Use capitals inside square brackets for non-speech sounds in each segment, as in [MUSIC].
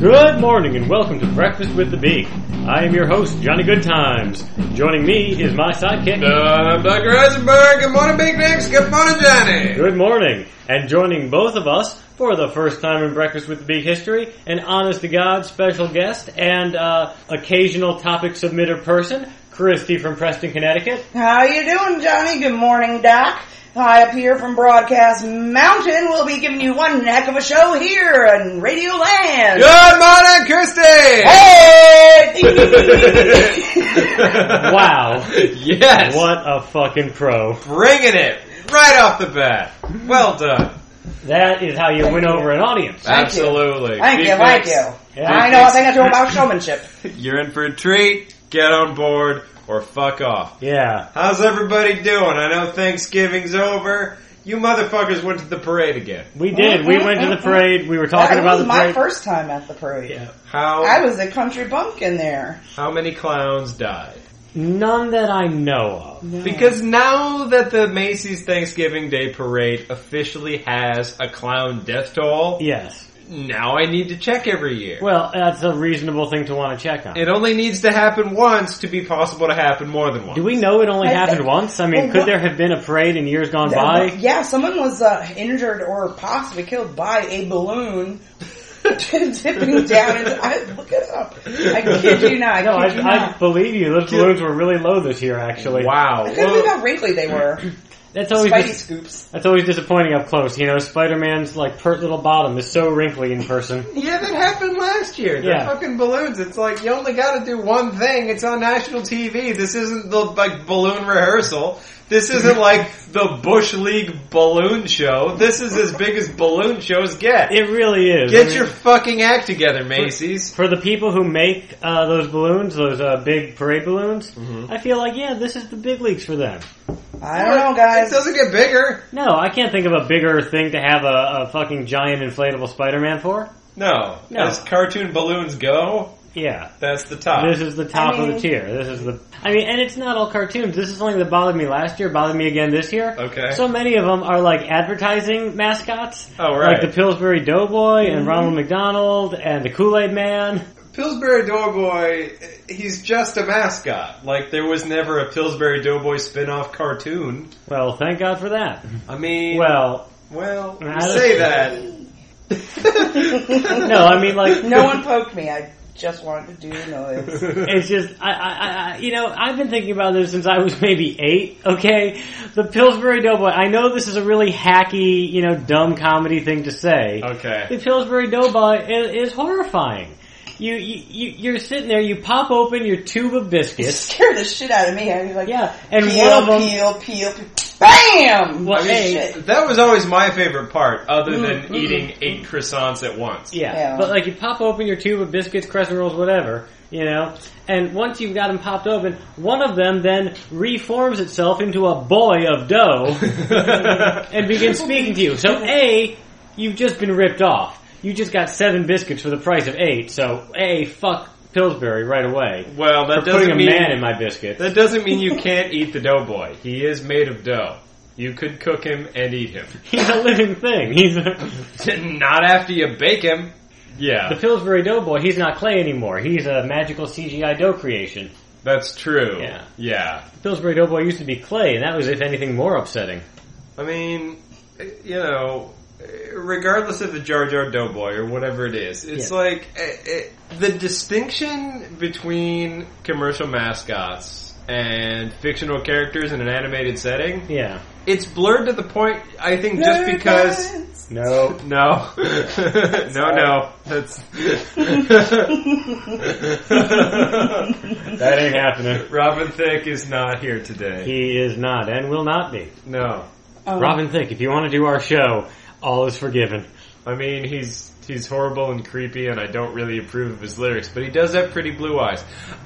Good morning and welcome to Breakfast with the Beak. I am your host, Johnny Goodtimes. Joining me is my sidekick. Uh, Dr. Eisenberg, good morning, Big Nicks. Good morning, Johnny. Good morning. And joining both of us for the first time in Breakfast with the Beak history, an honest to God special guest and uh, occasional topic submitter person, Christy from Preston, [LAUGHS] Connecticut. How you doing, Johnny? Good morning, Doc. Hi, up here from Broadcast Mountain. We'll be giving you one heck of a show here on Radio Land. Good morning, [LAUGHS] Christy. Hey! Wow. yes. What a fucking pro. Bringing it right off the bat. Well done. That is how you win over an audience. Thank you. Absolutely. Thank you, Big thank Nicks, you. I know a thing or two about showmanship. You're in for a treat. Get on board or fuck off. Yeah. How's everybody doing? I know Thanksgiving's over. You motherfuckers went to the parade again. We did. We went [LAUGHS] to the parade. We were talking that about was the my parade. first time at the parade. Yeah. How I was a country bumpkin there. how many clowns died? None that I know of. Because now that the Macy's Thanksgiving Day Parade officially has a clown death toll, Yes. now I need to check every year. Well, that's a reasonable thing to want to check on. It only needs to happen once to be possible to happen more than once. Do we know it only I- happened once? I mean, Well, could what- there have been a parade in years gone by? Yeah, someone was uh, injured or possibly killed by a balloon [LAUGHS] tipping down. Into, I, look it up. I kid you not. I No, kid you I, not. I believe you. Those Dude. balloons were really low this year, actually. Wow. I couldn't believe how wrinkly they were. That's always Spidey dis- scoops. that's always disappointing up close. You know, Spider Man's like pert little bottom is so wrinkly in person. yeah, that happened last year. Yeah. The fucking balloons. It's like you only got to do one thing. It's on national TV. This isn't the like balloon rehearsal. This [LAUGHS] isn't like the Bush League balloon show. This is as big as balloon shows get. It really is. I Get mean, your fucking act together, Macy's. for the people who make uh, those balloons, those uh, big parade balloons. Mm-hmm. I feel like yeah, this is the big leagues for them. I don't know, guys. It doesn't get bigger. No, I can't think of a bigger thing to have a, a fucking giant inflatable Spider Man for. No. No. As cartoon balloons go, Yeah. that's the top. This is the top I of the mean- tier. This is the. I mean, and it's not all cartoons. This is something that bothered me last year, bothered me again this year. Okay. So many of them are like advertising mascots. Oh, right. Mm-hmm. Like the Pillsbury Doughboy and Ronald McDonald and the Kool Aid Man. Pillsbury Doughboy, he's just a mascot. Like, there was never a Pillsbury Doughboy spin-off cartoon. Well, thank God for that. I mean, Well, well, you I- say that. [LAUGHS] no, I mean [LAUGHS] like [LAUGHS] [LAUGHS] No one poked me. I just wanted to do a noise. It's just, I, I, I, you know, I've been thinking about this since I was maybe eight. Okay, the Pillsbury Doughboy. I know this is a really hacky, you know, dumb comedy thing to say. okay. The Pillsbury Doughboy is, is horrifying. You, you, you, you're sitting there. You pop open your tube of biscuits. [LAUGHS] Scared the shit out of me. I was like, Yeah, and peel, one of them. peel, peel, peel, bam! Well, hey, shit. That was always my favorite part, other than Mm-hmm. eating eight croissants at once. Yeah. Yeah. but like you pop open your tube of biscuits, crescent rolls, whatever, you know, and once you've got them popped open, one of them then reforms itself into a boy of [LAUGHS] dough and begins speaking to you. So A, you've just been ripped off. You just got seven biscuits for the price of eight. So A, fuck Pillsbury right away. Well, that for putting doesn't a mean man in my biscuit. that doesn't mean you can't eat the Doughboy. He is made of dough. You could cook him and eat him. He's a living thing. He's a, [LAUGHS] Not after you bake him. Yeah. the Pillsbury Doughboy. He's not clay anymore. He's a magical CGI dough creation. That's true. Yeah. Yeah. Pillsbury Doughboy used to be clay, and that was, if anything, more upsetting. I mean, you know, regardless of the Jar Jar Doughboy or whatever it is, it's Yeah. like eh, eh, the distinction between commercial mascots and fictional characters in an animated setting. Yeah. It's blurred to the point. I think just because. No. No, no, no. That's That ain't happening. Robin Thicke is not here today. He is not and will not be. No, Um, Robin Thicke, if you want to do our show, all is forgiven. I mean, he's he's horrible and creepy, and I don't really approve of his lyrics, but he does have pretty blue eyes.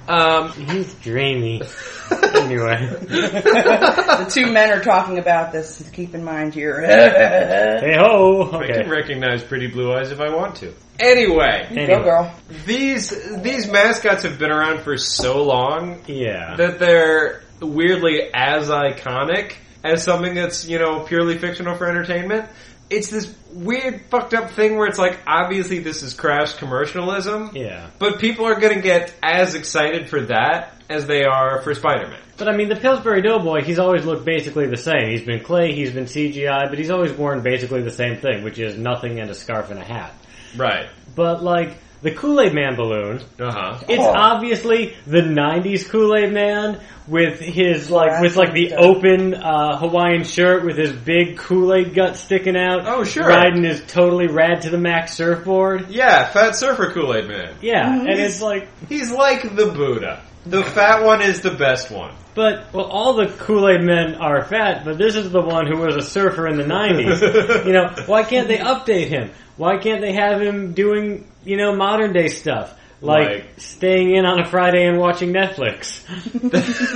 Um, [LAUGHS] He's dreamy. anyway. the two men are talking about this. Keep in mind here. Hey ho! I can Okay. recognize pretty blue eyes if I want to. Anyway, Go, Anyway. [LAUGHS] girl. these these mascots have been around for so long Yeah. [LAUGHS] that they're weirdly as iconic as something that's you know purely fictional for entertainment it's this weird fucked up thing where it's like obviously this is crash commercialism, Yeah. but people are going to get as excited for that as they are for Spider-Man. But I mean, the Pillsbury Doughboy, he's always looked basically the same. He's been clay, he's been CGI, but he's always worn basically the same thing, which is nothing and a scarf and a hat. Right. But like, the Kool-Aid Man balloon, Uh huh. It's Oh. obviously the '90s Kool Aid Man with his like with like the Right. open uh, Hawaiian shirt with his big Kool Aid gut sticking out. Oh, sure. riding his totally rad to the max surfboard. Yeah, fat surfer Kool-Aid man. Yeah, and it's like, He's like the Buddha. The fat one is the best one. but well, all the Kool Aid Men are fat, but this is the one who was a surfer in the [LAUGHS] '90s. [LAUGHS] you know, why can't they update him? Why can't they have him doing you know modern day stuff? Like, Like- staying in on a Friday and watching Netflix.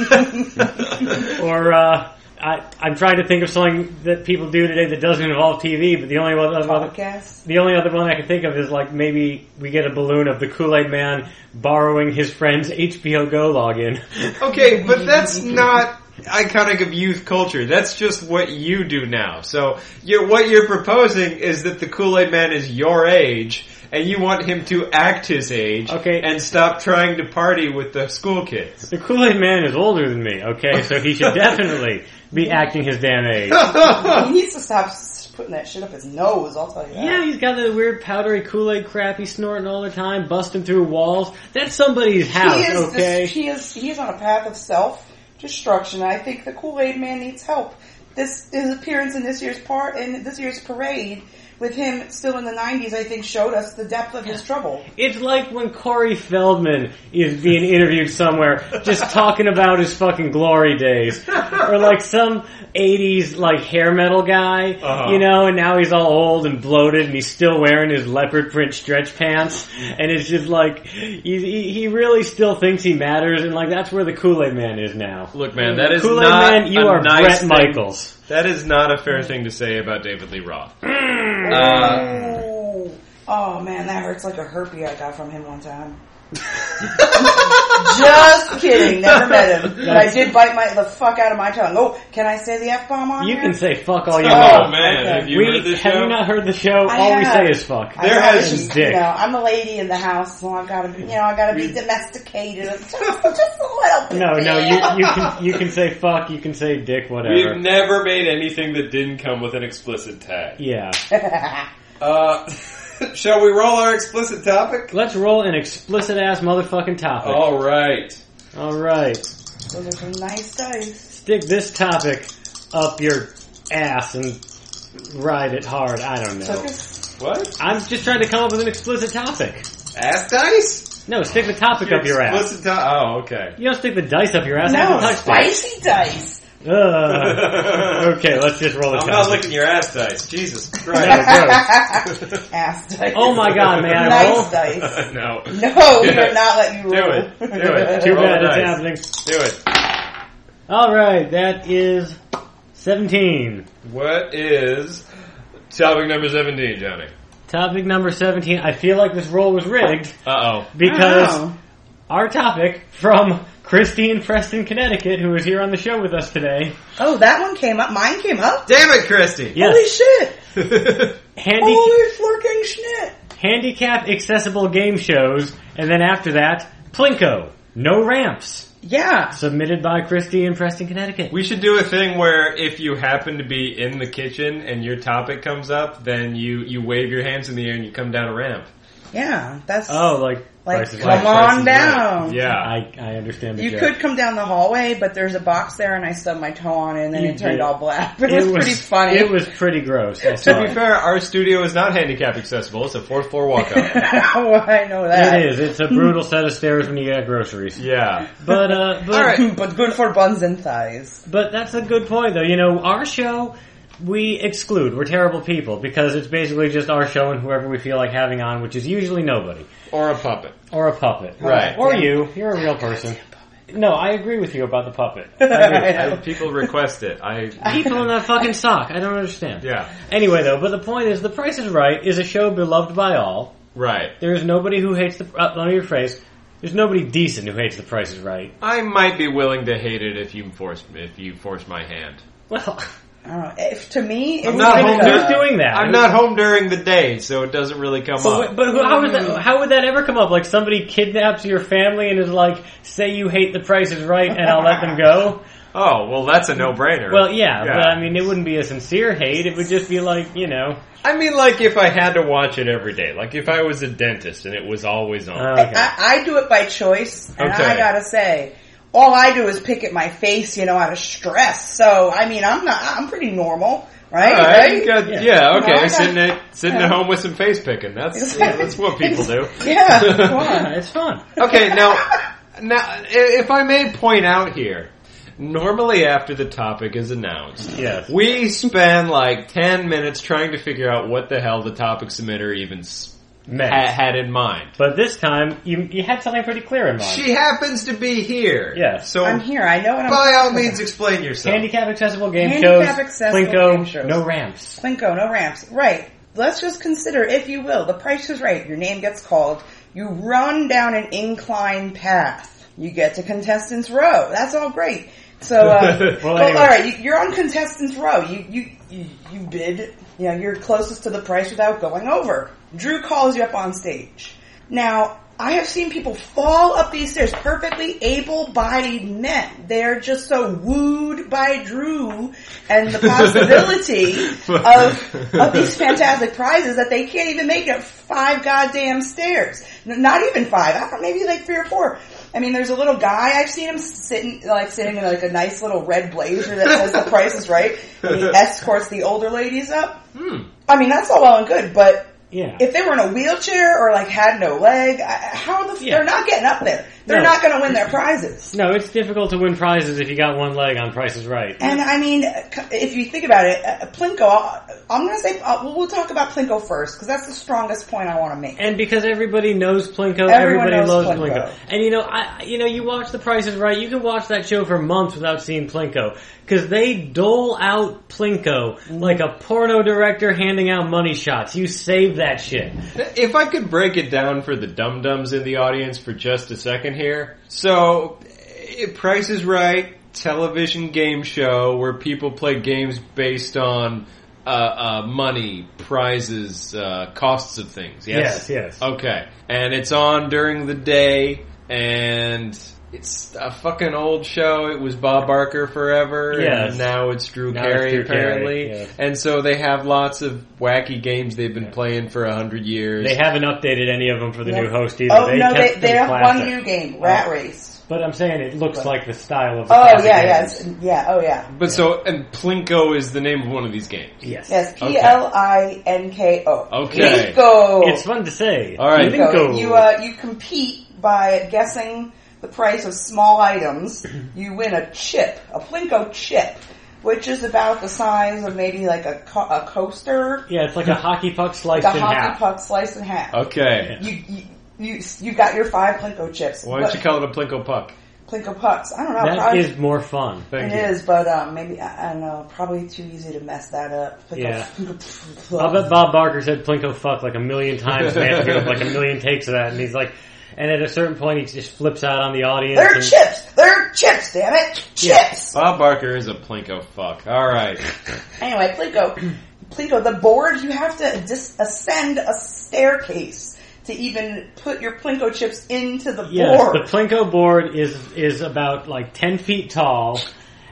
[LAUGHS] or uh, I, I'm trying to think of something that people do today that doesn't involve TV. But the only one, other, Podcast. the only other one I can think of is like maybe we get a balloon of the Kool Aid Man borrowing his friend's HBO Go login. [LAUGHS] Okay, but that's not iconic of youth culture. That's just what you do now. So you're, what you're proposing is that the Kool-Aid Man is your age, and you want him to act his age Okay. and stop trying to party with the [LAUGHS] school kids. the Kool Aid Man is older than me. Okay, so he should definitely be acting his damn age. He needs to stop s- putting that shit up his nose. I'll tell you that. Yeah, he's got that weird powdery Kool Aid crap he's snorting all the time, busting through walls. That's somebody's house, he is dis- okay? he is he is on a path of self destruction. I think the Kool Aid Man needs help. This his appearance in this year's part in this year's parade with him still in the '90s, I think, showed us the depth of his trouble. It's like when Corey Feldman is being interviewed somewhere, just talking about his fucking glory days, or like some '80s like hair metal guy, Uh-huh. you know. And now he's all old and bloated, and he's still wearing his leopard print stretch pants, and it's just like he, he, he really still thinks he matters, and like that's where the Kool Aid Man is now. Look, man, that is Kool Aid not Man, you a are nice Brett thing- Michaels. That is not a fair thing to say about David Lee Roth. Ooh. Oh man, that hurts like a herpy I got from him [LAUGHS] one time. Just kidding, never met him. But I did bite my the fuck out of my tongue. Oh, can I say the f bomb on You here? can say fuck all you Oh want. man, okay. have you we, heard this have show? you not heard the show? I all we have. say is fuck. I There know, has- it's- Dick. You know, I'm the lady in the house, so I've got to, be, you know, I got to be domesticated [LAUGHS] just, just a little bit. No, [LAUGHS] no, you, you can you can say fuck, you can say dick, whatever. We've never made anything that didn't come with an explicit tag. yeah. Uh, [LAUGHS] shall we roll our explicit topic? Let's roll an explicit ass motherfucking topic. All right. Alright. Those are some nice dice. Stick this topic up your ass and ride it hard. I don't know. Circus? What? I'm just trying to come up with an explicit topic. Ass dice? No, stick the topic up your ass. Explicit to- oh, okay. You don't stick the dice up your ass. I No, haven't touched it. spicy [LAUGHS] dice. Ugh. [LAUGHS] I'm Okay, let's just roll the not topic. licking your ass dice. [LAUGHS] Jesus No, Christ. gross. [LAUGHS] [LAUGHS] Ass dice. Oh my god, may I nice roll? [LAUGHS] dice. no. No, we are not letting you Do roll. it. Do it. Too [LAUGHS] Roll bad the it's dice. happening. Do it. Alright, that is 17. What is topic number 17, Johnny? Topic number 17. I feel like this roll was rigged Uh oh. because Wow. our topic from Christine Preston, Connecticut, who is here on the show with us today. Oh, that one came up. Mine came up. Damn it, Christy! Yes. Holy shit! Handi- Holy flirting shit! handicap accessible game shows, and then after that, Plinko. No ramps. Yeah. Submitted by Christine Preston, Connecticut. [LAUGHS] we should do a thing where if you happen to be in the kitchen and your topic comes up, then you, you wave your hands in the air and you come down a ramp. Yeah. That's oh, like, like Price is come Right. Price on is down. Right. Yeah. I, I understand the You joke. could come down the hallway, but there's a box there, and I stubbed my toe on it, and then You it turned did. all black. [LAUGHS] But it, was, pretty funny. [LAUGHS] It was pretty gross. I saw To be it. fair, our studio is not handicap accessible. It's a fourth floor walk [LAUGHS] up. Well, Oh, I know that. It is. It's a brutal set of stairs when you get groceries. yeah. But [LAUGHS] uh, but All right. but good for buns and thighs. But that's a good point, though. You know, our show, we exclude. We're terrible people because it's basically just our show and whoever we feel like having on, which is usually nobody. Or a puppet. Or a puppet. Right. Or you. You're a real person. No, I agree with you about the [LAUGHS] puppet. I- I people request it. I People in that fucking sock. I don't understand. yeah. Anyway, though, but the point is The Price is Right is a show beloved by all. Right. There is nobody who hates the. Uh, let me rephrase. There's nobody decent who hates The Price is Right. I might be willing to hate it if you force if you force my hand. Well, I don't know. If, to me, it I'm [LAUGHS] was not been home a- Who's during, doing that? I'm not home during the day, so it doesn't really come But, up. but who, how, would Mm. that, how would that ever come up? Like somebody kidnaps your family and is like, "Say you hate The Price is Right, and I'll let them [LAUGHS] go." Oh, well, that's a no-brainer. Well, yeah, Yeah. but I mean, it wouldn't be a sincere hate. It would just be like, you know, I mean, like if I had to watch it every day, like if I was a dentist and it was always on. uh, [LAUGHS] I, okay. I, I do it by choice, and I Okay. gotta say, all I do is pick at my face, you know, out of stress. So I mean, I'm not, I'm pretty normal, right? All right, you got- Yeah. yeah. No, okay. I got- sitting at sitting yeah. at home with some face picking. That's yeah, that's what people do. [LAUGHS] Yeah, come on. Yeah, it's fun. Okay, now, now, i- if I may point out here, normally after the topic is announced, Yes. we spend like ten minutes trying to figure out what the hell the topic submitter even s- Mess. ha- had in mind. But this time, you you had something pretty clear in mind. She happens to be here. Yes. So I'm here. I know what I'm. by all talking means, explain yourself. Handicap accessible game Handicap shows. accessible Plinko, game shows. no ramps. Plinko, no ramps. Right. Let's just consider, if you will, the price is right. Your name gets called. You run down an incline path. You get to contestants row. That's all great. So, uh, Well, well, anyway. all right, you, you're on contestants row. You, you you you bid. You know, you're closest to the price without going over. Drew calls you up on stage. Now, I have seen people fall up these stairs, perfectly able-bodied men. They're just so wooed by Drew and the [LAUGHS] possibility of, of these fantastic prizes that they can't even make it five goddamn stairs. N- Not even five. I don't, maybe like three or four. I mean, there's a little guy I've seen him sitting, like sitting in like a nice little red blazer that says the price is right. And [LAUGHS] he escorts the older ladies up. Hmm. I mean, that's all well and good, but Yeah. if they were in a wheelchair or like had no leg, I- how the, Yeah. they're not getting up there. They're No. not going to win their prizes. no, it's difficult to win prizes if you got one leg on Price is [LAUGHS] Right. And I mean, if you think about it, uh, Plinko, I'll- I'm going to say, uh, well, we'll talk about Plinko first because that's the strongest point I want to make. And because everybody knows Plinko, Everyone everybody knows loves Plinko. Plinko. And you know, I you know, you watch The Price is Right. You can watch that show for months without seeing Plinko because they dole out Plinko Mm-hmm. like a porno director handing out money shots. You save that shit. If I could break it down for the dum dums in the audience for just a second here. So, eh, Price is Right, television game show where people play games based on uh, uh, money, prizes, uh, costs of things. Yes? Yes, yes. Okay. And it's on during the day, and it's a fucking old show. It was Bob Barker forever, Yes. and now it's Drew Now it's Carey, Drew Carey, apparently. yes. And so they have lots of wacky games they've been playing for a hundred years. They haven't updated any of them for the new Nope. host either. Oh, no, kept they, they them have classic. one new game, Rat Race. But I'm saying it looks like the style of. The Oh, yeah, classic games. yes. Yeah, oh, yeah. but so, and Plinko is the name of one of these games. yes, Yes, Okay. P-L-I-N-K-O. Okay. Plinko. It's fun to say. All right. Plinko. You uh, you compete by guessing the price of small items. you win a chip, a plinko chip, which is about the size of maybe like a, co- a coaster, yeah, it's like a hockey puck like sliced a in hockey half. puck sliced in half. Okay. You, you you you got your five plinko chips. Why don't but- you call it a Plinko Puck? plinko pucks? I don't know. That probably- is more fun. Thank it you. is, but um, maybe I, I don't know. Probably too easy to mess that up. Plinko- Yeah. I'll bet Bob Barker said Plinko fuck like a million times and they have to give up like a million takes of that and he's like and at a certain point he just flips out on the audience. They're and- chips. They're chips. Damn it, Yeah. chips. Bob Barker is a Plinko fuck. All right. Anyway, Plinko, [CLEARS THROAT] Plinko, the board, you have to dis- ascend a staircase to even put your Plinko chips into the Yes, board. the Plinko board is is about like ten feet tall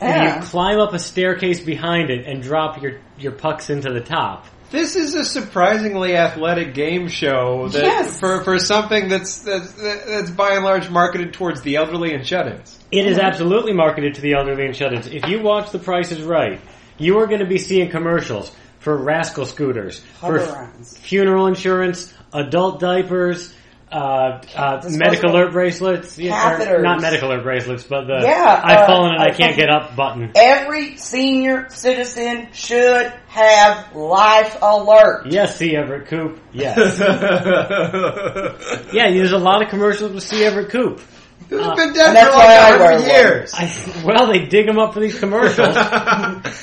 Yeah. and you climb up a staircase behind it and drop your, your pucks into the top. This is a surprisingly athletic game show that Yes. for, for something that's, that's that's by and large marketed towards the elderly and shut-ins. [LAUGHS] It is absolutely marketed to the elderly and shut-ins. If you watch The Price is Right, you are going to be seeing commercials for rascal scooters, for Hover rounds. funeral insurance, adult diapers, uh, uh, Disposable- medical alert bracelets. yeah, or Catheters. Not medical alert bracelets, but the Yeah, I've uh, fallen and I I've can't fallen- get up button. Every senior citizen should have life alert. Yes, C. Everett [LAUGHS] Koop. Yes. yeah, there's a lot of commercials with C. Everett Koop. This has Uh, been dead and that's for why I like wear 100 one. years. I, well, they dig them up for these commercials. [LAUGHS]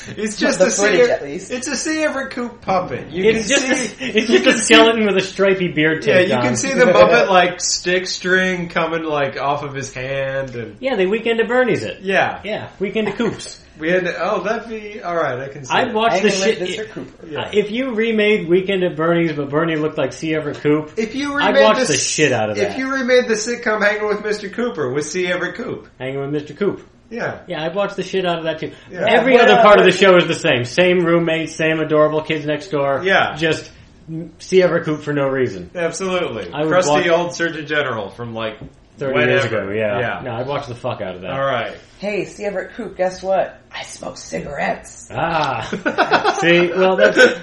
it's just The a sea. footage, at least. It's a sea of recoup puppet. You It's can just see. a, it's just a skeleton with a stripy beard Yeah, taped you on. can [LAUGHS] see the Muppet like stick string coming like off of his hand, and Yeah, they weekend at Bernie's it. yeah, Yeah, weekend at Coops. we had. Oh, that'd be all right. I can see. I'd it. watch I the ain't gonna let shit. Mr. Cooper. Yeah. Uh, If you remade Weekend at Bernie's, but Bernie looked like C. Everett Koop, If you I'd remade watch the, the shit out of if that. you remade the sitcom Hanging with Mr. Cooper with C. Everett Coop, hanging with Mr. Koop. yeah, Yeah, I'd watch the shit out of that too. Yeah. Every Yeah, other part of the but- show is the same. Same roommate, same adorable kids next door. Yeah. Just C. Everett Koop for no reason. absolutely. I would Crusty watch- old Surgeon General from like 30 whenever. years ago, yeah. yeah. No, I'd watch the fuck out of that. All right. Hey, see Everett Koop, guess what? I smoke cigarettes. [LAUGHS] Ah. see, well, that's.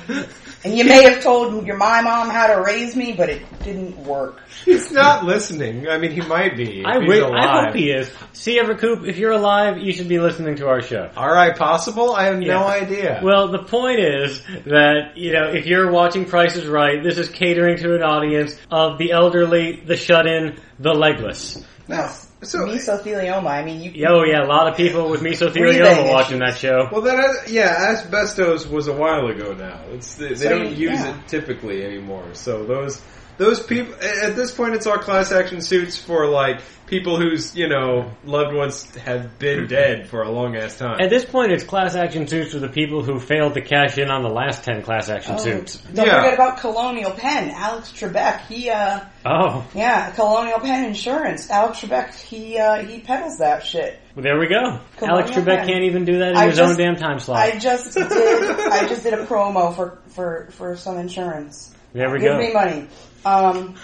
And you may have told your my mom how to raise me, but it didn't work. He's not listening. I mean, he might be. I, if he's wi- I alive. hope he is. See, Everett Koop, if you're alive, you should be listening to our show. All right, possible? I have Yeah. no idea. Well, the point is that, you know, if you're watching Price is Right, this is catering to an audience of the elderly, the shut-in, the legless. no. So, Mesothelioma. I mean, you Oh yeah, a lot of people with Breathing mesothelioma watching that show. well, then, I- yeah, asbestos was a while ago now. It's they, they So, don't use yeah. it typically anymore. So those those people at this point, it's all class action suits for like people whose you know loved ones have been [CLEARS THROAT] dead for a long ass time. At this point, it's class action suits for the people who failed to cash in on the last ten class action Oh, suits. Don't Yeah. forget about Colonial Penn, Alex Trebek. He, uh, Oh, yeah, Colonial Penn Insurance. Alex Trebek, he, uh, he peddles that shit. well, there we go. Come Alex on, Trebek man. can't even do that in I his just- own damn time slot. I just did, I just did a promo for, for, for some insurance. there we Give go. me money. Um,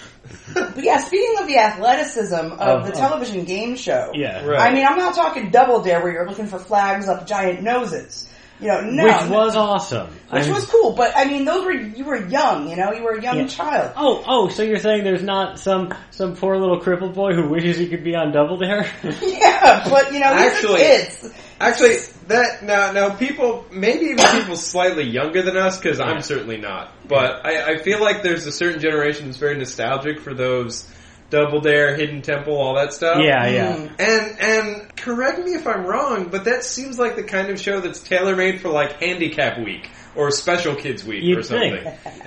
but yeah, speaking of the athleticism of Of- the of- television game show, Yeah. Right. I mean, I'm not talking double dare where you're looking for flags up giant noses. You know, no, Which was awesome. which I'm- was cool. But I mean, those were you were young. You know, you were a young Yeah. child. [LAUGHS] Oh, oh! So you're saying there's not some some poor little crippled boy who wishes he could be on Double Dare? Yeah, but you know, these Actually- are kids. Actually, that now now people maybe [COUGHS] even people slightly younger than us because Yeah. I'm certainly not. But I, I feel like there's a certain generation that's very nostalgic for those Double Dare, Hidden Temple, all that stuff. [LAUGHS] yeah, yeah. Mm. And and correct me if I'm wrong, but that seems like the kind of show that's tailor made for like handicap week or special kids week You'd or something.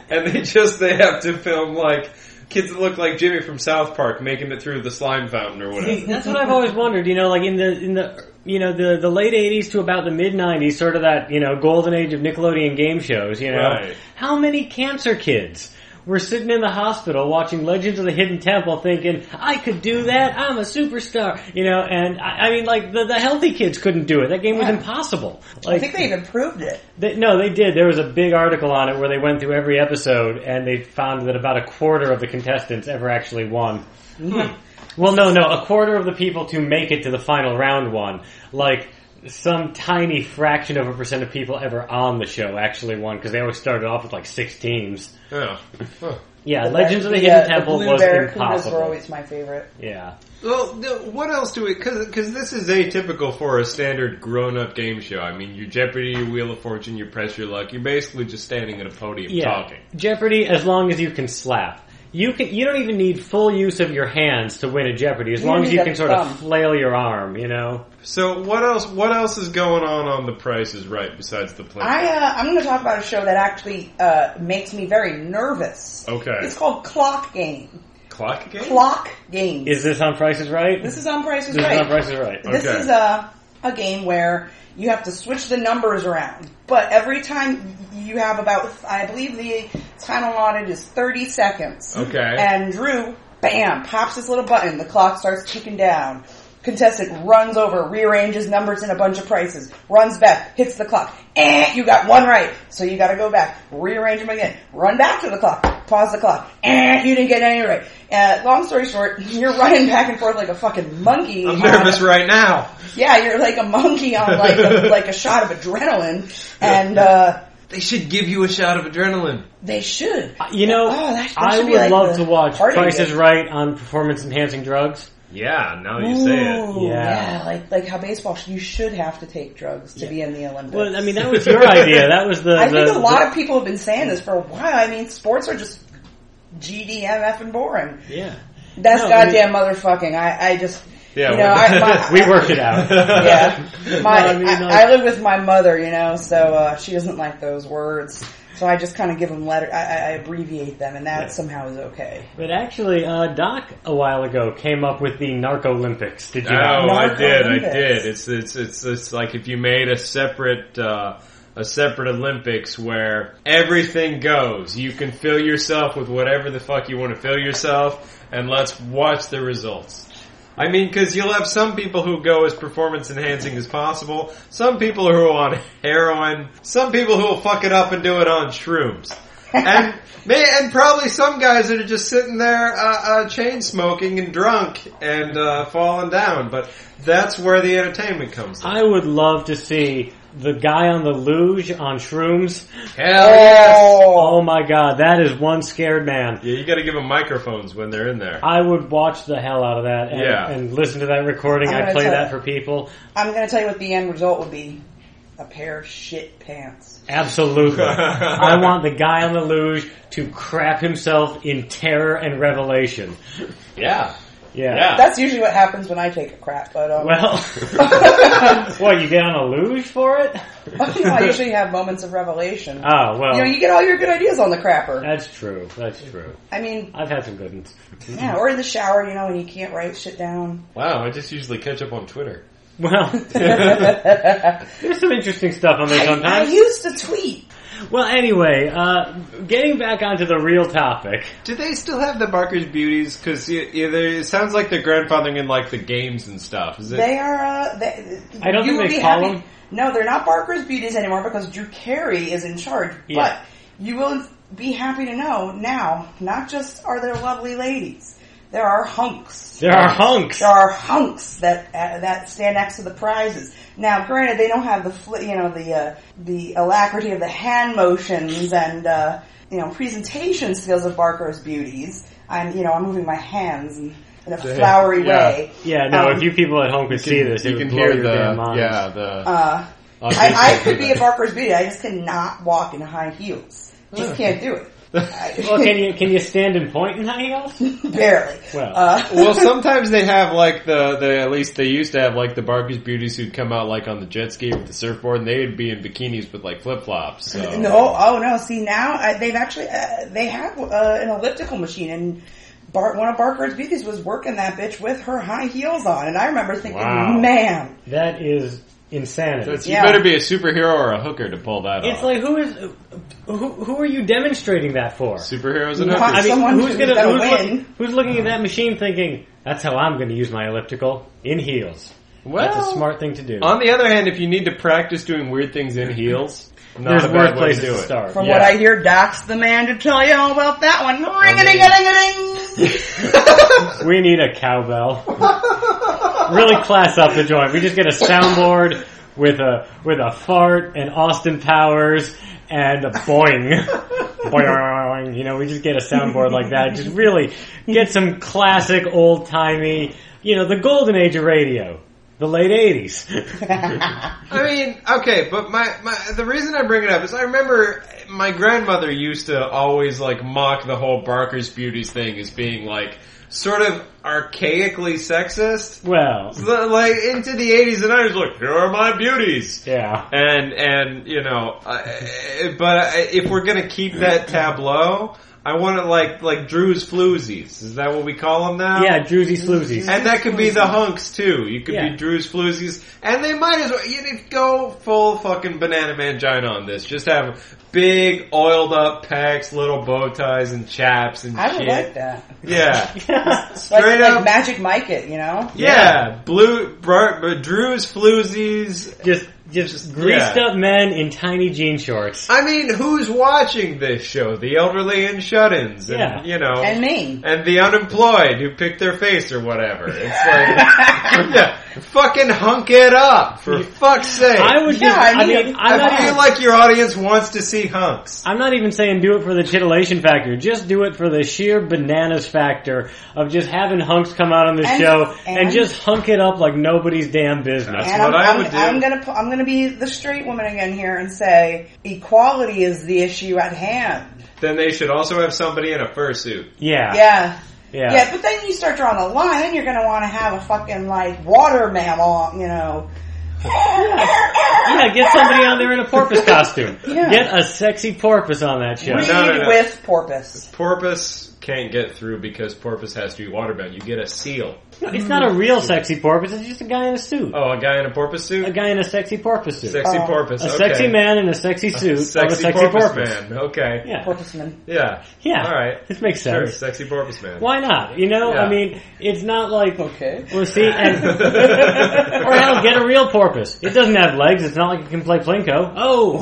And they just they have to film like kids that look like Jimmy from South Park making it through the slime fountain or See, [LAUGHS] whatever. that's what I've always wondered. You know, like in the in the you know the the late '80s to about the mid '90s, sort of that you know golden age of Nickelodeon game shows. You know, Right. how many cancer kids were sitting in the hospital watching Legends of the Hidden Temple, thinking, "I could do that. I'm a superstar." You know, and I, I mean, like the the healthy kids couldn't do it. That game was Yeah. impossible. Like, I think they even proved it. They, no, they did. There was a big article on it where they went through every episode and they found that about a quarter of the contestants ever actually won. Hmm. Well, no, no, a quarter of the people to make it to the final round won. Like, some tiny fraction of a percent of people ever on the show actually won because they always started off with like six teams. Yeah. Huh. Yeah, Legends of the uh, Hidden Temple blue was barracudas impossible. were always my favorite. yeah. Well, no, what else do we? Because this is atypical for a standard grown-up game show. I mean, you Jeopardy, you Wheel of Fortune, you press your luck. You're basically just standing at a podium yeah. talking. Jeopardy, as long as you can slap. You can. You don't even need full use of your hands to win a Jeopardy. As You long need as you a can sort thumb. of flail your arm, you know. So what else? What else is going on on The Price Is Right besides the play? I uh, I'm going to talk about a show that actually uh, makes me very nervous. okay, It's called Clock Game. clock game. Clock Game. Is this on Price is Right? this is on Price is This Right. on Price is Right. This Okay. is a a game where you have to switch the numbers around, but every time you have about I believe the time allotted is thirty seconds. Okay. And Drew, bam, pops his little button. The clock starts ticking down. Contestant runs over, rearranges numbers and a bunch of prices, runs back, hits the clock. And you got one right, so you got to go back, rearrange them again, run back to the clock, pause the clock. And you didn't get any right. Uh, long story short, [LAUGHS] you're running back and forth like a fucking monkey. I'm on- nervous right now. yeah, you're like a monkey on [LAUGHS] like a, like a shot of adrenaline, and uh, They should give you a shot of adrenaline. they should. Uh, You know, Oh, that- that I should would be like love the to watch party Price is game. Right on performance enhancing drugs. Yeah, now you say it. Ooh, Yeah. yeah. like like how baseball, you should have to take drugs to be in the Olympics. Well, I mean, that was [LAUGHS] [LAUGHS] your idea. That was the. I think the- a lot of people have been saying this for a while. I mean, sports are just GDMF and boring. the- yeah. That's No, I mean- goddamn motherfucking. I, I just Yeah, you know, [LAUGHS] [LAUGHS] I, my, we worked it out. yeah. [LAUGHS] My, No, I mean, I, like- I live with my mother, you know, so uh, she doesn't like those words. So I just kind of give them letter. I, I I abbreviate them, and that somehow is okay. But actually, uh, Doc a while ago came up with the Narcolympics. Did you? Oh, know? I did, I Narco-Olympics. did. It's it's it's it's like if you made a separate uh, a separate Olympics where everything goes. You can fill yourself with whatever the fuck you want to fill yourself, and let's watch the results. I mean, because you'll have some people who go as performance enhancing as possible, some people who are on heroin, some people who will fuck it up and do it on shrooms, [LAUGHS] and may, and probably some guys that are just sitting there uh, uh, chain smoking and drunk and uh, falling down. But that's where the entertainment comes. in. I would love to see the guy on the luge on shrooms. Hell yes! Oh my god, that is one scared man. Yeah, you got to give them microphones when they're in there. I would watch the hell out of that and, Yeah. and listen to that recording. I'm I'd gonna play tell- that for people. I'm going to tell you what the end result would be: a pair of shit pants. [LAUGHS] Absolutely. I want the guy on the luge to crap himself in terror and revelation. Yeah, Yeah. yeah. That's usually what happens when I take a crap, but um, [LAUGHS] Well, what, you get on a luge for it? [LAUGHS] I usually have moments of revelation. Oh, well, you know, you get all your good ideas on the crapper. that's true. That's true. I mean, I've had some good ones. yeah, or in the shower, you know, when you can't write shit down. wow, I just usually catch up on Twitter. [LAUGHS] Well, there's some interesting stuff on there I sometimes. used to tweet. Well, anyway, uh, getting back onto the real topic. Do they still have the Barker's Beauties? Because it sounds like they're grandfathering in like the games and stuff. Is it? They are. Uh, they, I don't you think would they be call happy- them- No, they're not Barker's Beauties anymore because Drew Carey is in charge. Yeah. But you will be happy to know now. Not just are there lovely ladies, there are hunks. There are hunks. There are hunks that uh, that stand next to the prizes. Now, granted, they don't have the fl- you know the uh, the alacrity of the hand motions and uh, you know presentation skills of Barker's Beauties. I'm you know I'm moving my hands in, in a flowery yeah. way. Yeah, no, Um, if you people at home could see this, it you would can blow hear your the damn minds. yeah the. Uh, Oh, I, I could be a Barker's Beauty. I just cannot walk in high heels. Just can't [LAUGHS] do it. I- [LAUGHS] Well, can you can you stand and point in high heels? barely. Well. uh, [LAUGHS] well, sometimes they have like the, the at least they used to have like the Barker's beauties who'd come out like on the jet ski with the surfboard, and they'd be in bikinis with like flip flops. So. [LAUGHS] no, oh no. See now I, they've actually uh, they have uh, an elliptical machine, and Bar- one of Barker's Beauties was working that bitch with her high heels on, and I remember thinking, Wow. man, That is insanity. That's- Yeah. you better be a superhero or a hooker to pull that it's off. like who is who, who are you demonstrating that for? superheroes and Not- hookers. I mean, Someone who's who's gonna gonna who's, look- win. who's looking at that machine thinking that's how I'm going to use my elliptical in heels? well, that's a smart thing to do. on the other hand, if you need to practice doing weird things in heels, not There's a bad worse way to places do to it. start. from Yeah. what I hear, Doc's the man to tell you all about that one. Ring-a-ding-a-ding-a-ding. We need a cowbell. really class up the joint. We just get a soundboard with a with a fart and Austin Powers and a boing. boing. You know, we just get a soundboard like that. Just really get some classic old timey, you know, the golden age of radio. The late 80s. I mean, okay, but my, my the reason I bring it up is I remember my grandmother used to always like mock the whole Barker's Beauties thing as being like sort of archaically sexist. well, L- Like into the eighties and nineties, like here are my beauties, yeah. and and you know, I, but I, if we're gonna keep that tableau, I want it like like Drew's floozies. Is that what we call them now? Yeah, Druzy [LAUGHS] Sloozies. And that could be the hunks too. You could Yeah. be Drew's floozies, and they might as well. You know, go full fucking banana mangina on this. Just have big oiled up pecs, little bow ties and chaps and I would shit. like that. [LAUGHS] yeah, Like, Straight like up. Magic Mike it, you know? yeah. Blue, br- br- Drew's floozies. just just greased yeah. up men in tiny jean shorts. I mean, who's watching this show? The elderly and shut-ins, and Yeah. you know, And and, me. the unemployed who pick their face or whatever. It's like, [LAUGHS] yeah, fucking hunk it up for fuck's sake. I would Yeah, just, I I mean, mean, I'm not I feel even- like your audience wants to see hunks. I'm not even saying do it for the titillation factor. Just do it for the sheer bananas factor of just having hunks come out on this And- show and, and- just hunk it up like nobody's damn business. And what I I'm, would I'm, do. I'm gonna pu- I'm gonna be the straight woman again here and say equality is the issue at hand. Then they should also have somebody in a fursuit. Yeah. Yeah, Yeah. Yeah, but then you start drawing a line, then you're going to want to have a fucking like water mammal, you know. Yeah, get somebody on there in a porpoise [LAUGHS] costume. Yeah. Get a sexy porpoise on that show. Read No, no, no. with porpoise. Porpoise can't get through because porpoise has to be waterbound. You get a seal. No, It's not a real sexy porpoise, it's just a guy in a suit. Oh, a guy in a porpoise A suit? guy in a sexy porpoise suit. Sexy Oh. porpoise. A okay. sexy man in a sexy suit of a Sexy, sexy porpoise, porpoise. man. Okay. Yeah. Yeah. Porpoiseman. Yeah. Yeah. All right. This makes Sure. sense. Sexy porpoise man. Why not? You know, I Yeah. mean, it's not like Okay. Well, [LAUGHS] see, and, or hell, get a real porpoise. It doesn't have legs. It's not like it can play plinko. Oh,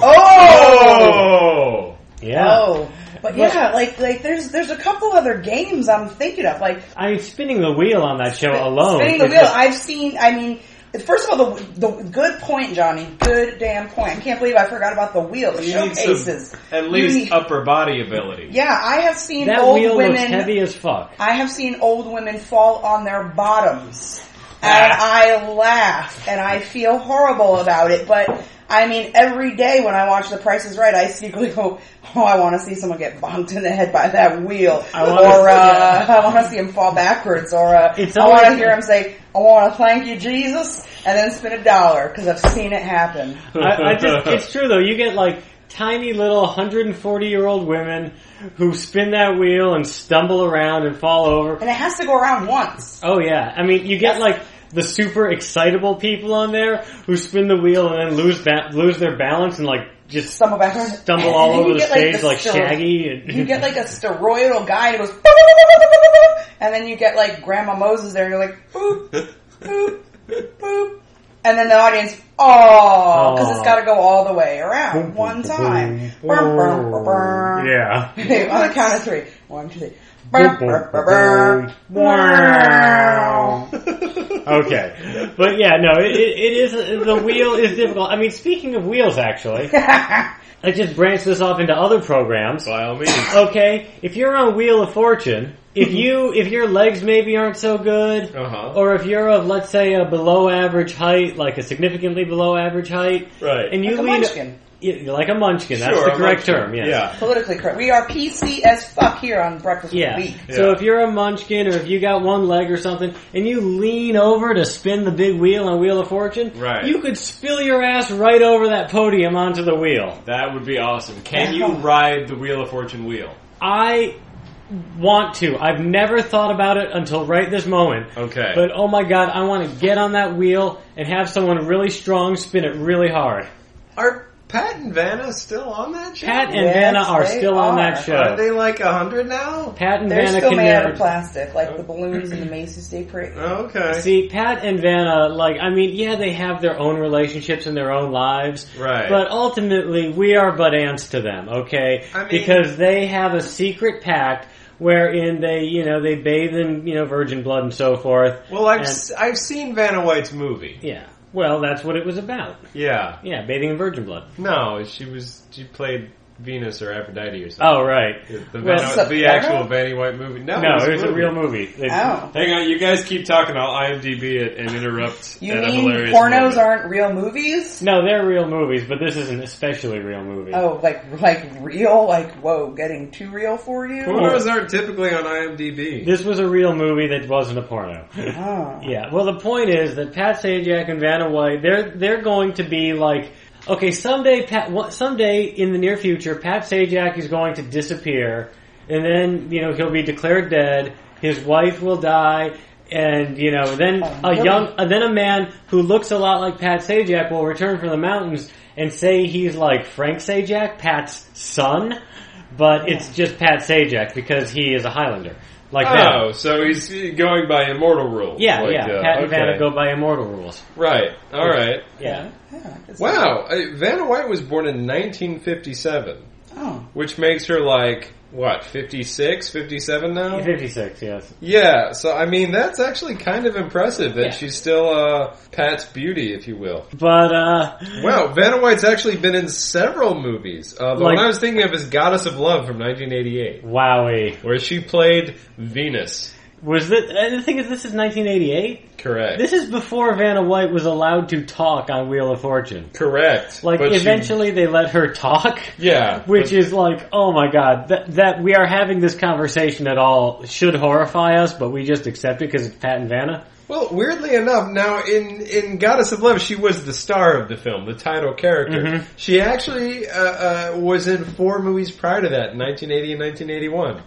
Oh! Oh! yeah. Oh. But yeah, like like there's there's a couple other games I'm thinking of. Like I mean, spinning the wheel on that show alone. Spinning the is wheel. just- I've seen. I mean, first of all, the the good point, Johnny. Good damn point. I can't believe I forgot about the wheel. The You need showcases. some, at You least need- upper body ability. yeah, I have seen that old wheel looks women. heavy as fuck. I have seen old women fall on their bottoms, and Ah. I laugh and I feel horrible about it. But I mean, every day when I watch The Price Is Right, I secretly [LAUGHS] go, "Oh, I want to see someone get bonked in the head by that wheel," I wanna or see- uh, "I want to see him fall backwards," or uh, It's "I want to always- hear him say." I want to thank you, Jesus, and then spin a dollar because I've seen it happen. I, I just, it's true though. You get like tiny little 140 year old women who spin that wheel and stumble around and fall over. And it has to go around once. Oh yeah. I mean, you get like the super excitable people on there who spin the wheel and then lose ba- lose their balance and like just Stumble backwards. stumble And all then [LAUGHS] you over the get, stage the like, stir- Shaggy. And You get like a steroidal guy who goes, and then you get like Grandma Moses there, and you're like, boop, boop, boop, and then the audience, oh, because it's got to go all the way around one time. Brum, brum, brum, brum. yeah. [LAUGHS] Okay, on the count of three. One, two, three. Brum, brum, brum, brum. [LAUGHS] Wow. Okay, but yeah, no, it, it, it is the wheel is difficult. I mean, speaking of wheels, actually, let's just branch this off into other programs. [LAUGHS] By all means. Okay, if you're on Wheel of Fortune, if you if your legs maybe aren't so good, Uh-huh. or if you're of let's say a below average height, like a significantly below average height, Right. and you Like a lead munchkin. Yeah, like a munchkin. That's Sure, the a correct munchkin. term. Yes. Yeah. Politically correct. We are PC as fuck here on Breakfast Yeah. with Week. So Yeah. if you're a munchkin or if you got one leg or something and you lean over to spin the big wheel on Wheel of Fortune, Right. you could spill your ass right over that podium onto the wheel. That would be awesome. Can you ride the Wheel of Fortune wheel? I want to. I've never thought about it until right this moment. Okay. But oh my god, I want to get on that wheel and have someone really strong spin it really hard. Are Pat and Vanna still on that show? Pat and Yes, Vanna are they still on are. that Are show. they like a hundred now? Pat and They're Vanna still can made out never of plastic, like the balloons in the Macy's Day Parade. Okay. See, Pat and Vanna, like, I mean, yeah, they have their own relationships and their own lives. Right. But ultimately, we are but ants to them, okay? I mean- because they have a secret pact wherein they, you know, they bathe in, you know, virgin blood and so forth. well, I've and- s- I've seen Vanna White's movie. Yeah. Well, that's what it was about. yeah. Yeah, bathing in virgin blood. No, she was. She played Venus or Aphrodite or something. Oh, right. The, Well, Vanna- it's a the play? actual Vanny White movie. No, No, it it was a movie. real movie. They- Oh. Hang on, you guys keep talking. I'll IMDb it and interrupt. You at a mean hilarious pornos moment. aren't real movies? No, they're real movies, but this is an especially real movie. Oh, like like real? Like whoa, getting too real for you? Pornos aren't typically on IMDb. This was a real movie that wasn't a porno. [LAUGHS] Oh. Yeah. Well, the point is that Pat Sajak and Vanna White, they're they're going to be like, okay, someday, Pat, what- someday in the near future, Pat Sajak is going to disappear, and then you know he'll be declared dead. His wife will die. And you know, then Oh, a really? young, uh, then a man who looks a lot like Pat Sajak will return from the mountains and say he's like Frank Sajak, Pat's son, but it's just Pat Sajak because he is a Highlander, like that. Oh, so he's going by immortal rules. Yeah, like, yeah. uh, Pat and okay. Vanna go by immortal rules. Right. All right. Yeah. Yeah, it's- Wow. uh, Vanna White was born in 1957, Oh. which makes her like what 56, 57 now. 56, yes. Yeah, so I mean that's actually kind of impressive that Yeah. she's still uh, Pat's beauty, if you will. But, uh, Wow, Vanna White's actually been in several movies. Uh, the Like- one I was thinking of is Goddess of Love from 1988, wowie. where she played Venus. Was that and the thing is this is 1988? Correct. This is before Vanna White was allowed to talk on Wheel of Fortune. Correct. Like But she- eventually they let her talk, yeah. which but- is like, oh my god, that that we are having this conversation at all should horrify us, but we just accept it because it's Pat and Vanna. Well, Weirdly enough, now in, in Goddess of Love, she was the star of the film, the title character. Mhm. She actually uh, uh, was in four movies prior to that, 1980 and 1981.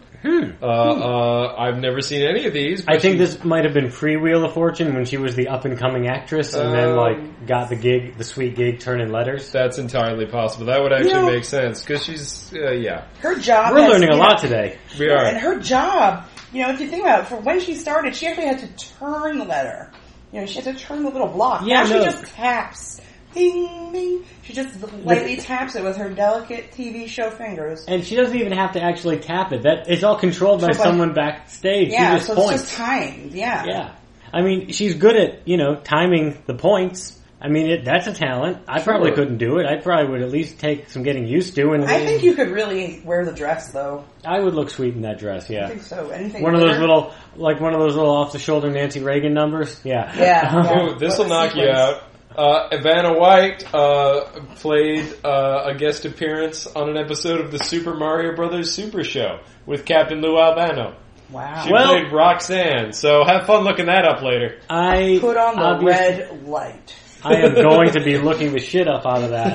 Uh, uh, I've never seen any of these. but Hmm. I think she- this might have been pre Wheel of Fortune when she was the up and coming actress, and then Um, like got the gig, the sweet gig, turning letters. that's entirely possible. That would actually You know- make sense because she's uh, yeah. Her job. We're has- learning a you know, lot today. We are. And her job, you know, if you think about it, for when she started, she actually had to turn the letter. You know, she had to turn the little block. Yeah, now no. she just taps. Ding, ding. She just lightly taps it with her delicate TV show fingers. And she doesn't even have to actually tap it. That it's all controlled by Controlled by- someone backstage. she yeah, just so points. it's just timed. Yeah. yeah, I mean, she's good at you know timing the points. I mean, it, that's a talent. I probably Sure. couldn't do it. I probably would at least take some getting used to, and I think you could really wear the dress, though. I would look sweet in that dress. I Yeah, think so. Anything one of with those her- little, like one of those little off-the-shoulder Nancy Reagan numbers. Yeah, Yeah, yeah. Ooh, this will What knock you sequence? out. Uh, Vanna White uh, played uh, a guest appearance on an episode of the Super Mario Brothers Super Show with Captain Lou Albano. Wow. She Well- played Roxanne, so have fun looking that up later. [LAUGHS] I Put on the obvious- red light. I am going to be looking the shit up out of [LAUGHS] that.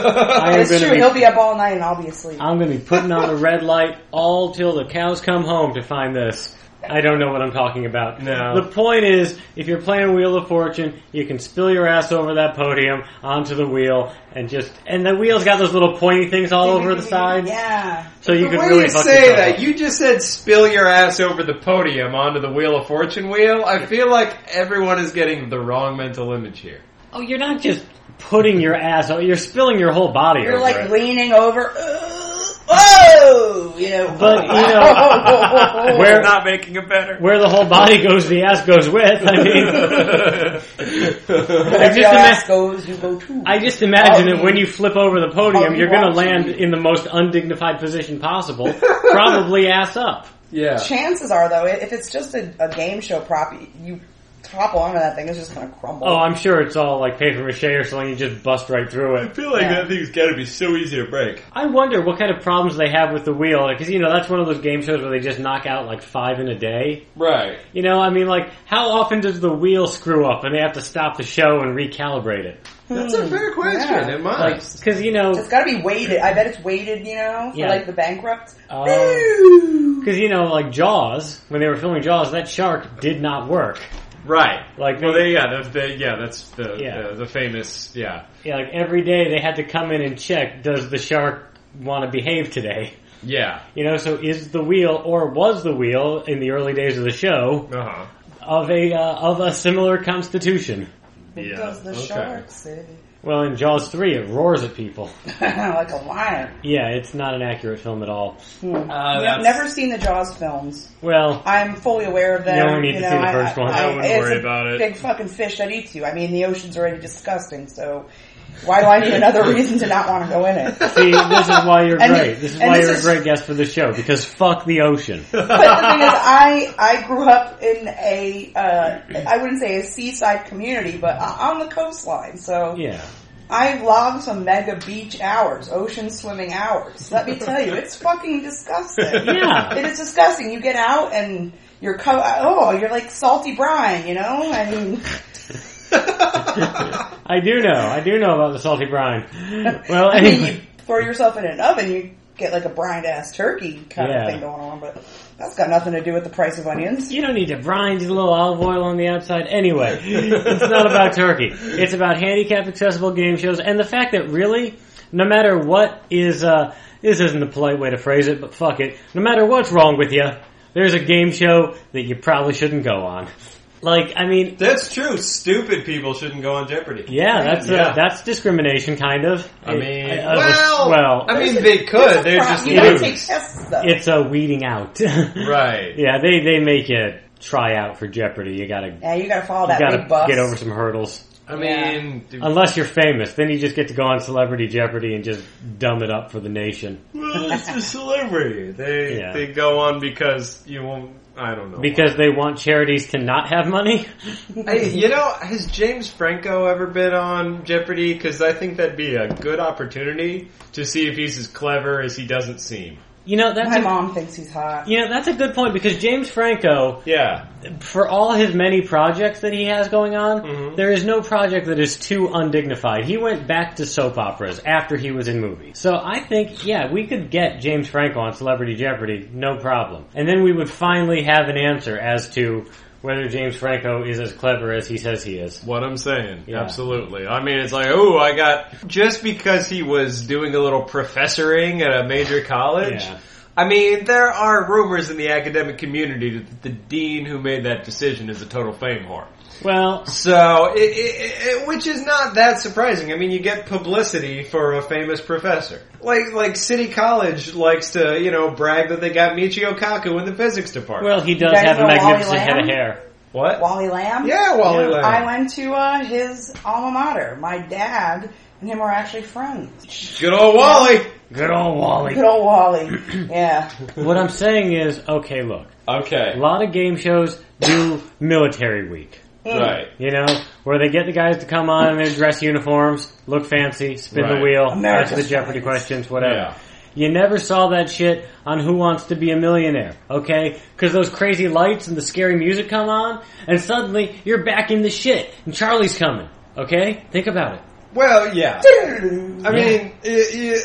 I am It's going true. to He'll be. be up all night and I'll be asleep. I'm going to be putting on a red light all till the cows come home to find this. I don't know what I'm talking about. No. The point is, if you're playing Wheel of Fortune, you can spill your ass over that podium onto the wheel and just and the wheel's got those little pointy things all over the sides. Yeah. So you But can why really do you fuck say yourself that? up. You just said Spill your ass over the podium onto the Wheel of Fortune wheel. I feel like everyone is getting the wrong mental image here. Oh, you're not just putting your ass out, you're spilling your whole body You're over like it. leaning over. [GASPS] "Ugh, Whoa! You know. But, you [LAUGHS] know, where- [LAUGHS] not making it better. Where the whole body goes, the ass goes with. I mean, [LAUGHS] Wherever just your ass ima- goes, you go too. I just imagine Oh, that when you flip over the oh, podium, you you're going want to land to. in the most undignified position [LAUGHS] possible, probably ass up. [LAUGHS] yeah. Chances are, though, if it's just a, a game show prop, you- you topple onto that thing, it's just going to crumble. Oh, I'm sure it's all like paper mache or something. You just bust right through I it. feel like Yeah. that thing's got to be so easy to break. I wonder what kind of problems they have with the wheel because you know that's one of those game shows where they just knock out like five in a day. Right. You know, I mean, like how often does the wheel screw up and they have to stop the show and recalibrate it? That's a fair question. Yeah. It Like must. because you know it's got to be weighted. I bet it's weighted, you know, for Yeah. like the bankrupt. Uh, because you know like Jaws when they were filming Jaws that shark did not work. right. Like Well, they- they, yeah, the, the, yeah, that's the, Yeah. the the famous yeah Yeah, like every day they had to come in and check does the shark want to behave today? yeah You know, so is the wheel or was the wheel in the early days of the show uh huh of a uh, of a similar constitution? Because the [LAUGHS] sharks, eh, Well, in Jaws 3 it roars at people. [LAUGHS] like a lion. Yeah, it's not an accurate film at all. Uh, I've that's- never seen the Jaws films. Well, I'm fully aware of them. You only need to know, see the I- first one. I, I wouldn't it's worry a about it. Big fucking fish that eats you. I mean, the ocean's already disgusting, so why do I [LAUGHS] need another reason to not want to go in it? see, this is why you're [LAUGHS] And- great. This is and why this you're a is- great guest for the show because fuck the ocean. [LAUGHS] But the thing is, I I grew up in a uh, I wouldn't say a seaside community, but o- on the coastline. So Yeah. I logged some mega beach hours, ocean swimming hours. Let me tell you, it's fucking disgusting. [LAUGHS] Yeah. [LAUGHS] It is disgusting. You get out and you're co- oh, you're like salty brine, you know? I mean, I do know. I do know about the salty [LAUGHS] brine. Well, I mean, you anyway. throw yourself in an oven, you get like a brined ass turkey kind Yeah. of thing going on, but that's got nothing to do with the price of onions. You don't need to brine, just a little olive oil on the outside. Anyway, it's not about turkey. It's about handicap accessible game shows and the fact that really, no matter what is, uh, this isn't the polite way to phrase it, but fuck it. No matter what's wrong with you, there's a game show that you probably shouldn't go on. Like, I mean, [LAUGHS] That's true. Stupid people shouldn't go on Jeopardy. yeah, that's, Yeah. Uh, that's discrimination kind of. I It- mean- was- Well, well, I mean, they could. They're Pri- just you gotta lose. take tests though. it's a weeding out. [LAUGHS] Right. Yeah, they, they make you try out for Jeopardy. You gotta, you yeah, you gotta follow that gotta big bus. get over some hurdles. I mean, d- Unless you're famous, then you just get to go on Celebrity Jeopardy and just dumb it up for the nation. well, it's a celebrity. They Yeah. they go on because you won't I don't know. Because they want charities to not have money? Hey, you know, has James Franco ever been on Jeopardy? Because I think that'd be a good opportunity. to see if he's as clever as he doesn't seem. [LAUGHS] You know, that's My a, mom thinks he's hot. you know, that's a good point because James Franco, Yeah, for all his many projects that he has going on, there is no project that is too undignified. He went back to soap operas after he was in movies. So I think, yeah, we could get James Franco on Celebrity Jeopardy, no problem. And then we would finally have an answer as to whether James Franco is as clever as he says he is. what I'm saying. Yeah. Absolutely. I mean, it's like, oh, I got just because he was doing a little professoring at a major college. Yeah. I mean, there are rumors in the academic community that the dean who made that decision is a total fame whore. Well, So, it, it, it, which is not that surprising. I mean, you get publicity for a famous professor. Like, like City College likes to, you know, brag that they got Michio Kaku in the physics department. well, he does guys have a know Wally magnificent head of Lamb? hair. What? Wally Lamb? yeah, Wally Yeah. Lamb. I went to uh, his alma mater. My dad and him are actually friends. Good old Wally. Good old Wally. Good old Wally. yeah. what I'm saying is, okay, look, a Okay. lot of game shows do military week. [CLEARS THROAT] Right. You know, where they get the guys to come on in their dress uniforms, look fancy, spin Right. the wheel, America's answer the Jeopardy questions, whatever. Yeah. You never saw that shit on Who Wants to Be a Millionaire, okay? Because those crazy lights and the scary music come on, and suddenly you're back in the shit, and Charlie's coming, okay? Think about it. Well, yeah. I mean, i i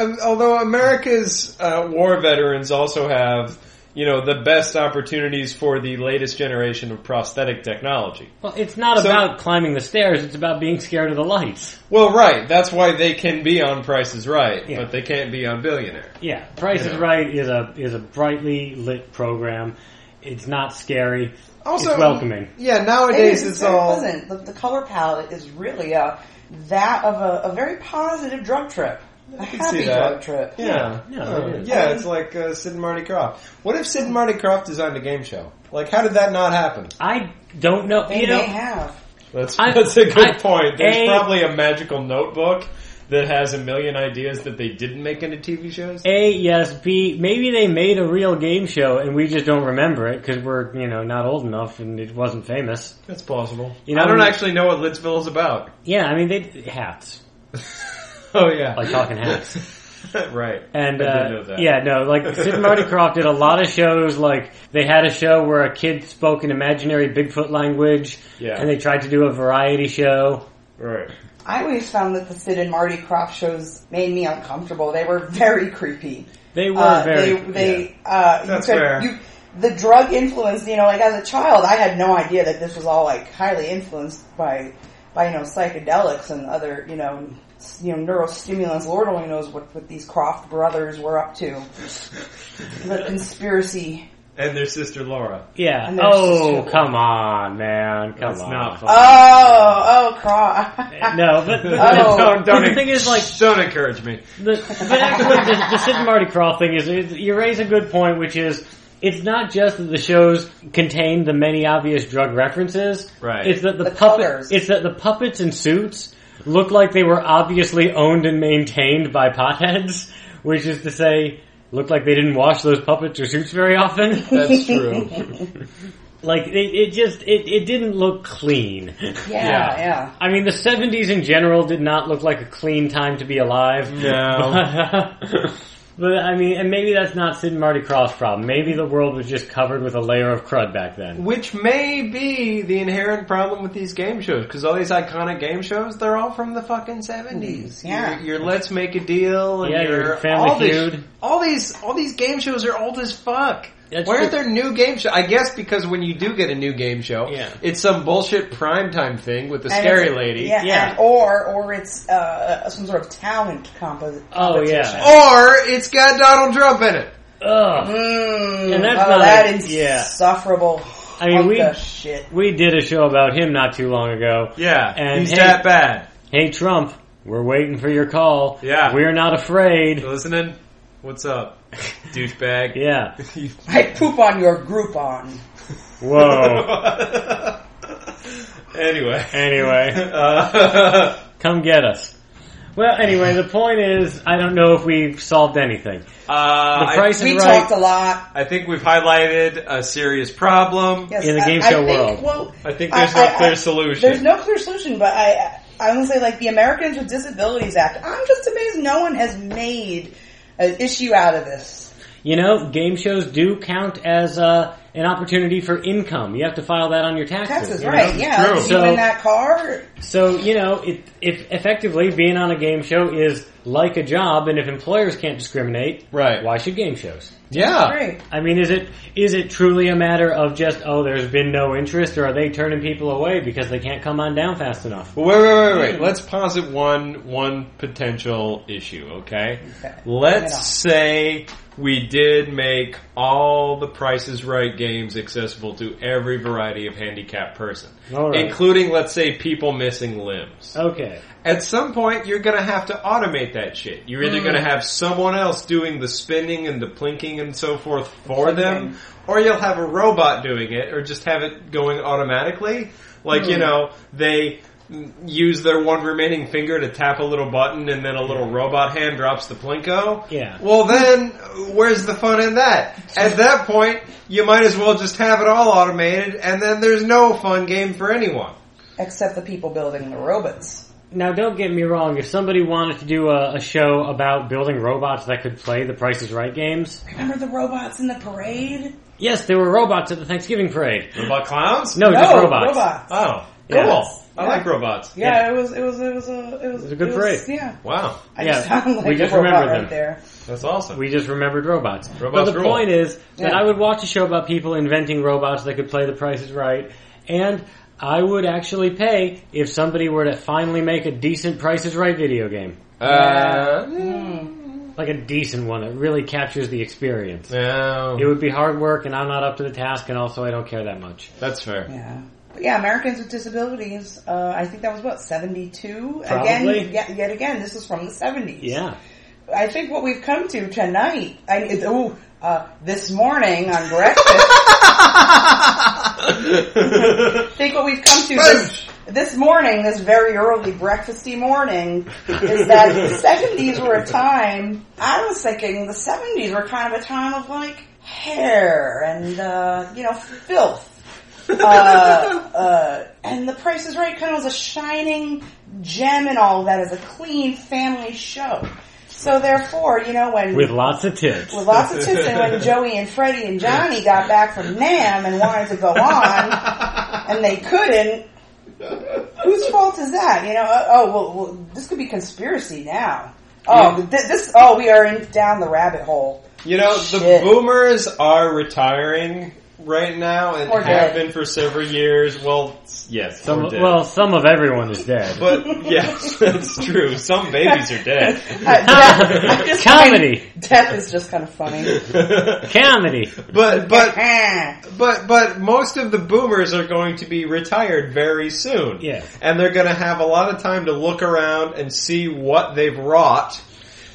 i um, although America's uh, war veterans also have, you know, the best opportunities for the latest generation of prosthetic technology. Well, it's not So- about climbing the stairs, it's about being scared of the lights. Well, right. That's why they can be on Price is Right, Yeah. but they can't be on Billionaire. Yeah, Price is Yeah. Right is a is a brightly lit program. It's not scary. Also, it's welcoming. Yeah, nowadays It is, it's very all. pleasant. The, the color palette is really a, that of a, a very positive drug trip. A can happy see that. drug trip. Yeah, Yeah, Oh, it is. yeah, it's like uh, Sid and Marty Krofft. What if Sid and Marty Krofft designed a game show? Like, how did that not happen? I don't know. They you know, may have. That's, I- that's a good I- point. There's a- probably a magical notebook that has a million ideas that they didn't make into TV shows. A, yes. B, maybe they made a real game show and we just don't remember it because we're, you know, not old enough and it wasn't famous. That's plausible. You know, I don't I mean- actually know what Lidsville is about. [LAUGHS] Yeah, I mean, they hats. Oh yeah, Like talking hats. [LAUGHS] right. And, I uh, did know that. yeah, no, like, Sid and Marty Krofft did a lot of shows, like, they had a show where a kid spoke an imaginary Bigfoot language, Yeah. and they tried to do a variety show. Right. I always found that the Sid and Marty Krop shows made me uncomfortable. They were very creepy. They were Uh, very, they, they, uh, you That's could- fair. You, the drug influence, you know, like as a child, I had no idea that this was all like highly influenced by, by you know, psychedelics and other, you know, s- you know, neurostimulants. Lord only knows what, what these Croft brothers were up to. the [LAUGHS] conspiracy. And their sister Laura. yeah. and they're Oh, just- come on, man, come That's on. Uh, not fun. Oh, oh, [LAUGHS] Croft. No, but, but- [LAUGHS] Oh. Don't, don't but the thing is, like, don't encourage me. The, but actually, the, the Sid and Marty Krofft thing is, is you raise a good point, which is it's not just that the shows contain the many obvious drug references. Right. It's that the, The puppets. colours. It's that the puppets in suits look like they were obviously owned and maintained by potheads, which is to say, look like they didn't wash those puppets or suits very often. [LAUGHS] That's true. [LAUGHS] like it, it just it, it didn't look clean. yeah, yeah. I mean, the '70s in general did not look like a clean time to be alive. no. [LAUGHS] but I mean, and maybe that's not Sid and Marty Croft's problem. Maybe the world was just covered with a layer of crud back then. Which may be the inherent problem with these game shows, because all these iconic game shows, they're all from the fucking seventies. Mm, Yeah. your, your Let's Make a Deal, and Yeah, your Family all this- Feud. all these, all these game shows are old as fuck. That's Why aren't true. there new game shows? I guess because when you do get a new game show, Yeah. it's some bullshit primetime thing with the And scary it's- lady. Yeah, Yeah. and- or or it's uh, some sort of talent compo- Oh competition. yeah, Or it's got Donald Trump in it. Ugh. Mm, And that's oh, not- that yeah. insufferable. I mean, hunk we- of shit. We did a show about him not too long ago. Yeah. And he's hey- that bad. Hey Trump, we're waiting for your call. Yeah. we're not afraid. You listening? What's [LAUGHS] up, douchebag? [LAUGHS] Yeah. I poop on your Groupon. [LAUGHS] Whoa. [LAUGHS] anyway. anyway, [LAUGHS] Uh, come get us. Well, anyway, the point is, I don't know if we've solved anything. Uh, The price We is right. talked a lot. I, I think we've highlighted a serious problem. Yes, In the I- game I show think- world. well, I think there's no clear solution. There's no clear solution, but I I want to say like the Americans with Disabilities Act. I'm just amazed no one has made an issue out of this. You know, game shows do count as uh, an opportunity for income. You have to file that on your taxes. Texas, you know? right? Yeah, true. like, you So- in that car. So you know, it, if effectively being on a game show is like a job, and if employers can't discriminate, Right. Why should game shows? Ah. Yeah. Great. I mean, is it is it truly a matter of just oh, there's been no interest, or are they turning people away because they can't come on down fast enough? Wait, wait, wait, Hmm. wait. Let's posit one one potential issue, okay? Okay. Let's Yeah. say we did make all the Prices Right games accessible to every variety of handicapped person, All right. including, let's say, people missing limbs. Okay, At some point, you're going to have to automate that shit. You're either going to have someone else doing the spinning and the plinking and so forth for them, or you'll have a robot doing it, or just have it going automatically. Like, you know, they use their one remaining finger to tap a little button and then a little robot hand drops the plinko. Yeah. Well, then, where's the fun in that? At that point, you might as well just have it all automated, and then there's no fun game for anyone. Except the people building the robots. now don't get me wrong. If somebody wanted to do a, a show about building robots that could play the Price is Right games, Remember the robots in the parade? yes, there were robots at the Thanksgiving parade. What about clowns? No, just no, robots. Oh, cool. Yeah. I like robots. Yeah, it was it was it was a it was, was a good it parade. Yeah, Wow. I Yeah, just sound like we just a robot remembered right them. there. That's awesome. We just remembered robots. Robots but the rule. point is that Yeah. I would watch a show about people inventing robots that could play The Price is Right, and I would actually pay if somebody were to finally make a decent Price is Right video game. uh, Like a decent one that really captures the experience. no. It would be hard work, and I'm not up to the task, and also I don't care that much. That's fair. Yeah. But yeah, Americans with Disabilities, uh, I think that was what, 72? Probably. Again, yet, yet again, this is from the 70s. Yeah. I think what we've come to tonight, I, it's, ooh, uh, this morning on breakfast, I think what we've come to this, this morning, this very early breakfasty morning, is that the 70s were a time, I was thinking the 70s were kind of a time of like hair and, uh, you know, filth. uh, uh, and The Price is Right kind of was a shining gem and all that as a clean family show. So therefore, you know, when With lots of tips. with lots of tits. [LAUGHS] And when Joey and Freddie and Johnny got back from Nam and wanted to go on, and they couldn't, whose fault is that? You know, uh, oh well, well, this could be conspiracy now. Oh, th- this. Oh, we are in down the rabbit hole. [LAUGHS] You know, Shit. the boomers are retiring right now and Or have dead. been for several years. Well, s- yes, Some, or dead. well, some of everyone is dead. [LAUGHS] [LAUGHS] but yes, [LAUGHS] that's true. Some babies are dead. Uh, death- [LAUGHS] I just Comedy. find Death is just kind [LAUGHS] of funny. Comedy. [LAUGHS] But but Ah. but but most of the boomers are going to be retired very soon. Yes. And they're going to have a lot of time to look around and see what they've wrought.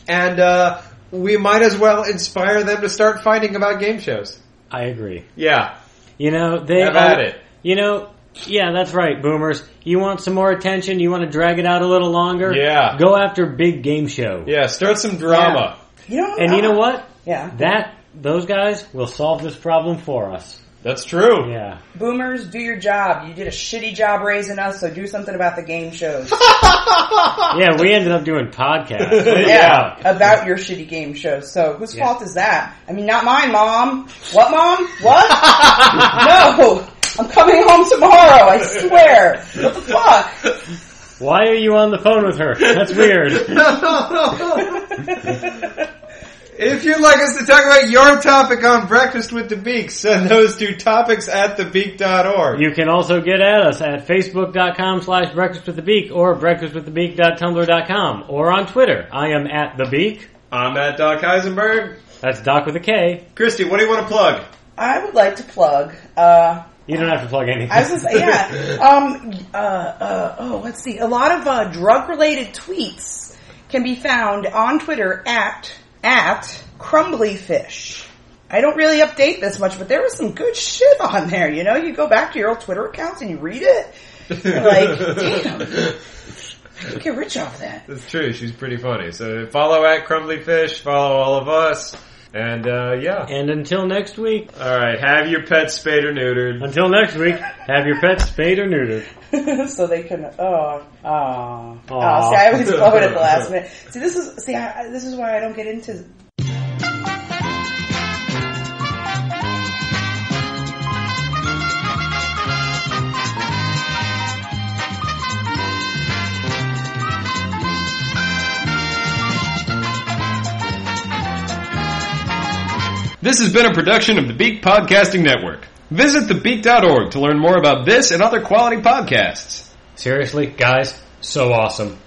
And uh, we might as well inspire them to start fighting about game shows. I agree. Yeah. You know, they Have at are- it. You know, yeah, that's right, boomers. You want some more attention? You want to drag it out a little longer? Yeah. Go after big game show. Yeah, start some drama. You know, And you know what? Yeah, That those guys will solve this problem for us. That's true. Yeah. boomers, do your job. You did a shitty job raising us, so do something about the [LAUGHS] game shows. Yeah, we ended up doing [LAUGHS] podcasts. Yeah, about your shitty game show. So whose Yeah. fault is that? I mean, not mine, mom. What, mom? What? no, I'm coming home tomorrow. I swear. What the fuck? [LAUGHS] Why are you on the phone with her? That's weird. [LAUGHS] if you'd like us to talk about your topic on Breakfast with the Beak, send those to topics at thebeak.org. You can also get at us at facebook.com slash breakfast with the beak or breakfastwiththebeak.tumblr.com or on Twitter. I am at the beak. I'm at Doc Heisenberg. That's Doc with a K. Christy, what do you want to plug? [LAUGHS] I would like to plug. Uh, You don't have to plug anything. I was just, yeah. Um, uh, uh, oh, let's see. A lot of uh, drug-related tweets can be found on Twitter at at crumblyfish. I don't really update this much, but there was some good shit on there. [LAUGHS] [LAUGHS] You know, you go back to your old Twitter accounts and you read it. You're like, damn. You get rich off that. It's true. She's pretty funny. So follow at Crumbly Fish. Follow all of us. And uh, yeah. And until next week, All right. Have your pets spayed or neutered. until next week, have your pets spayed or neutered. [LAUGHS] so they couldn't. Oh, oh, oh. See, Aw. I always blow it at the last minute. See, this is see, I, I- this is why I don't get into. This has been a production of the Beak Podcasting Network. Visit thebeak.org to learn more about this and other quality podcasts. Seriously, guys, so awesome.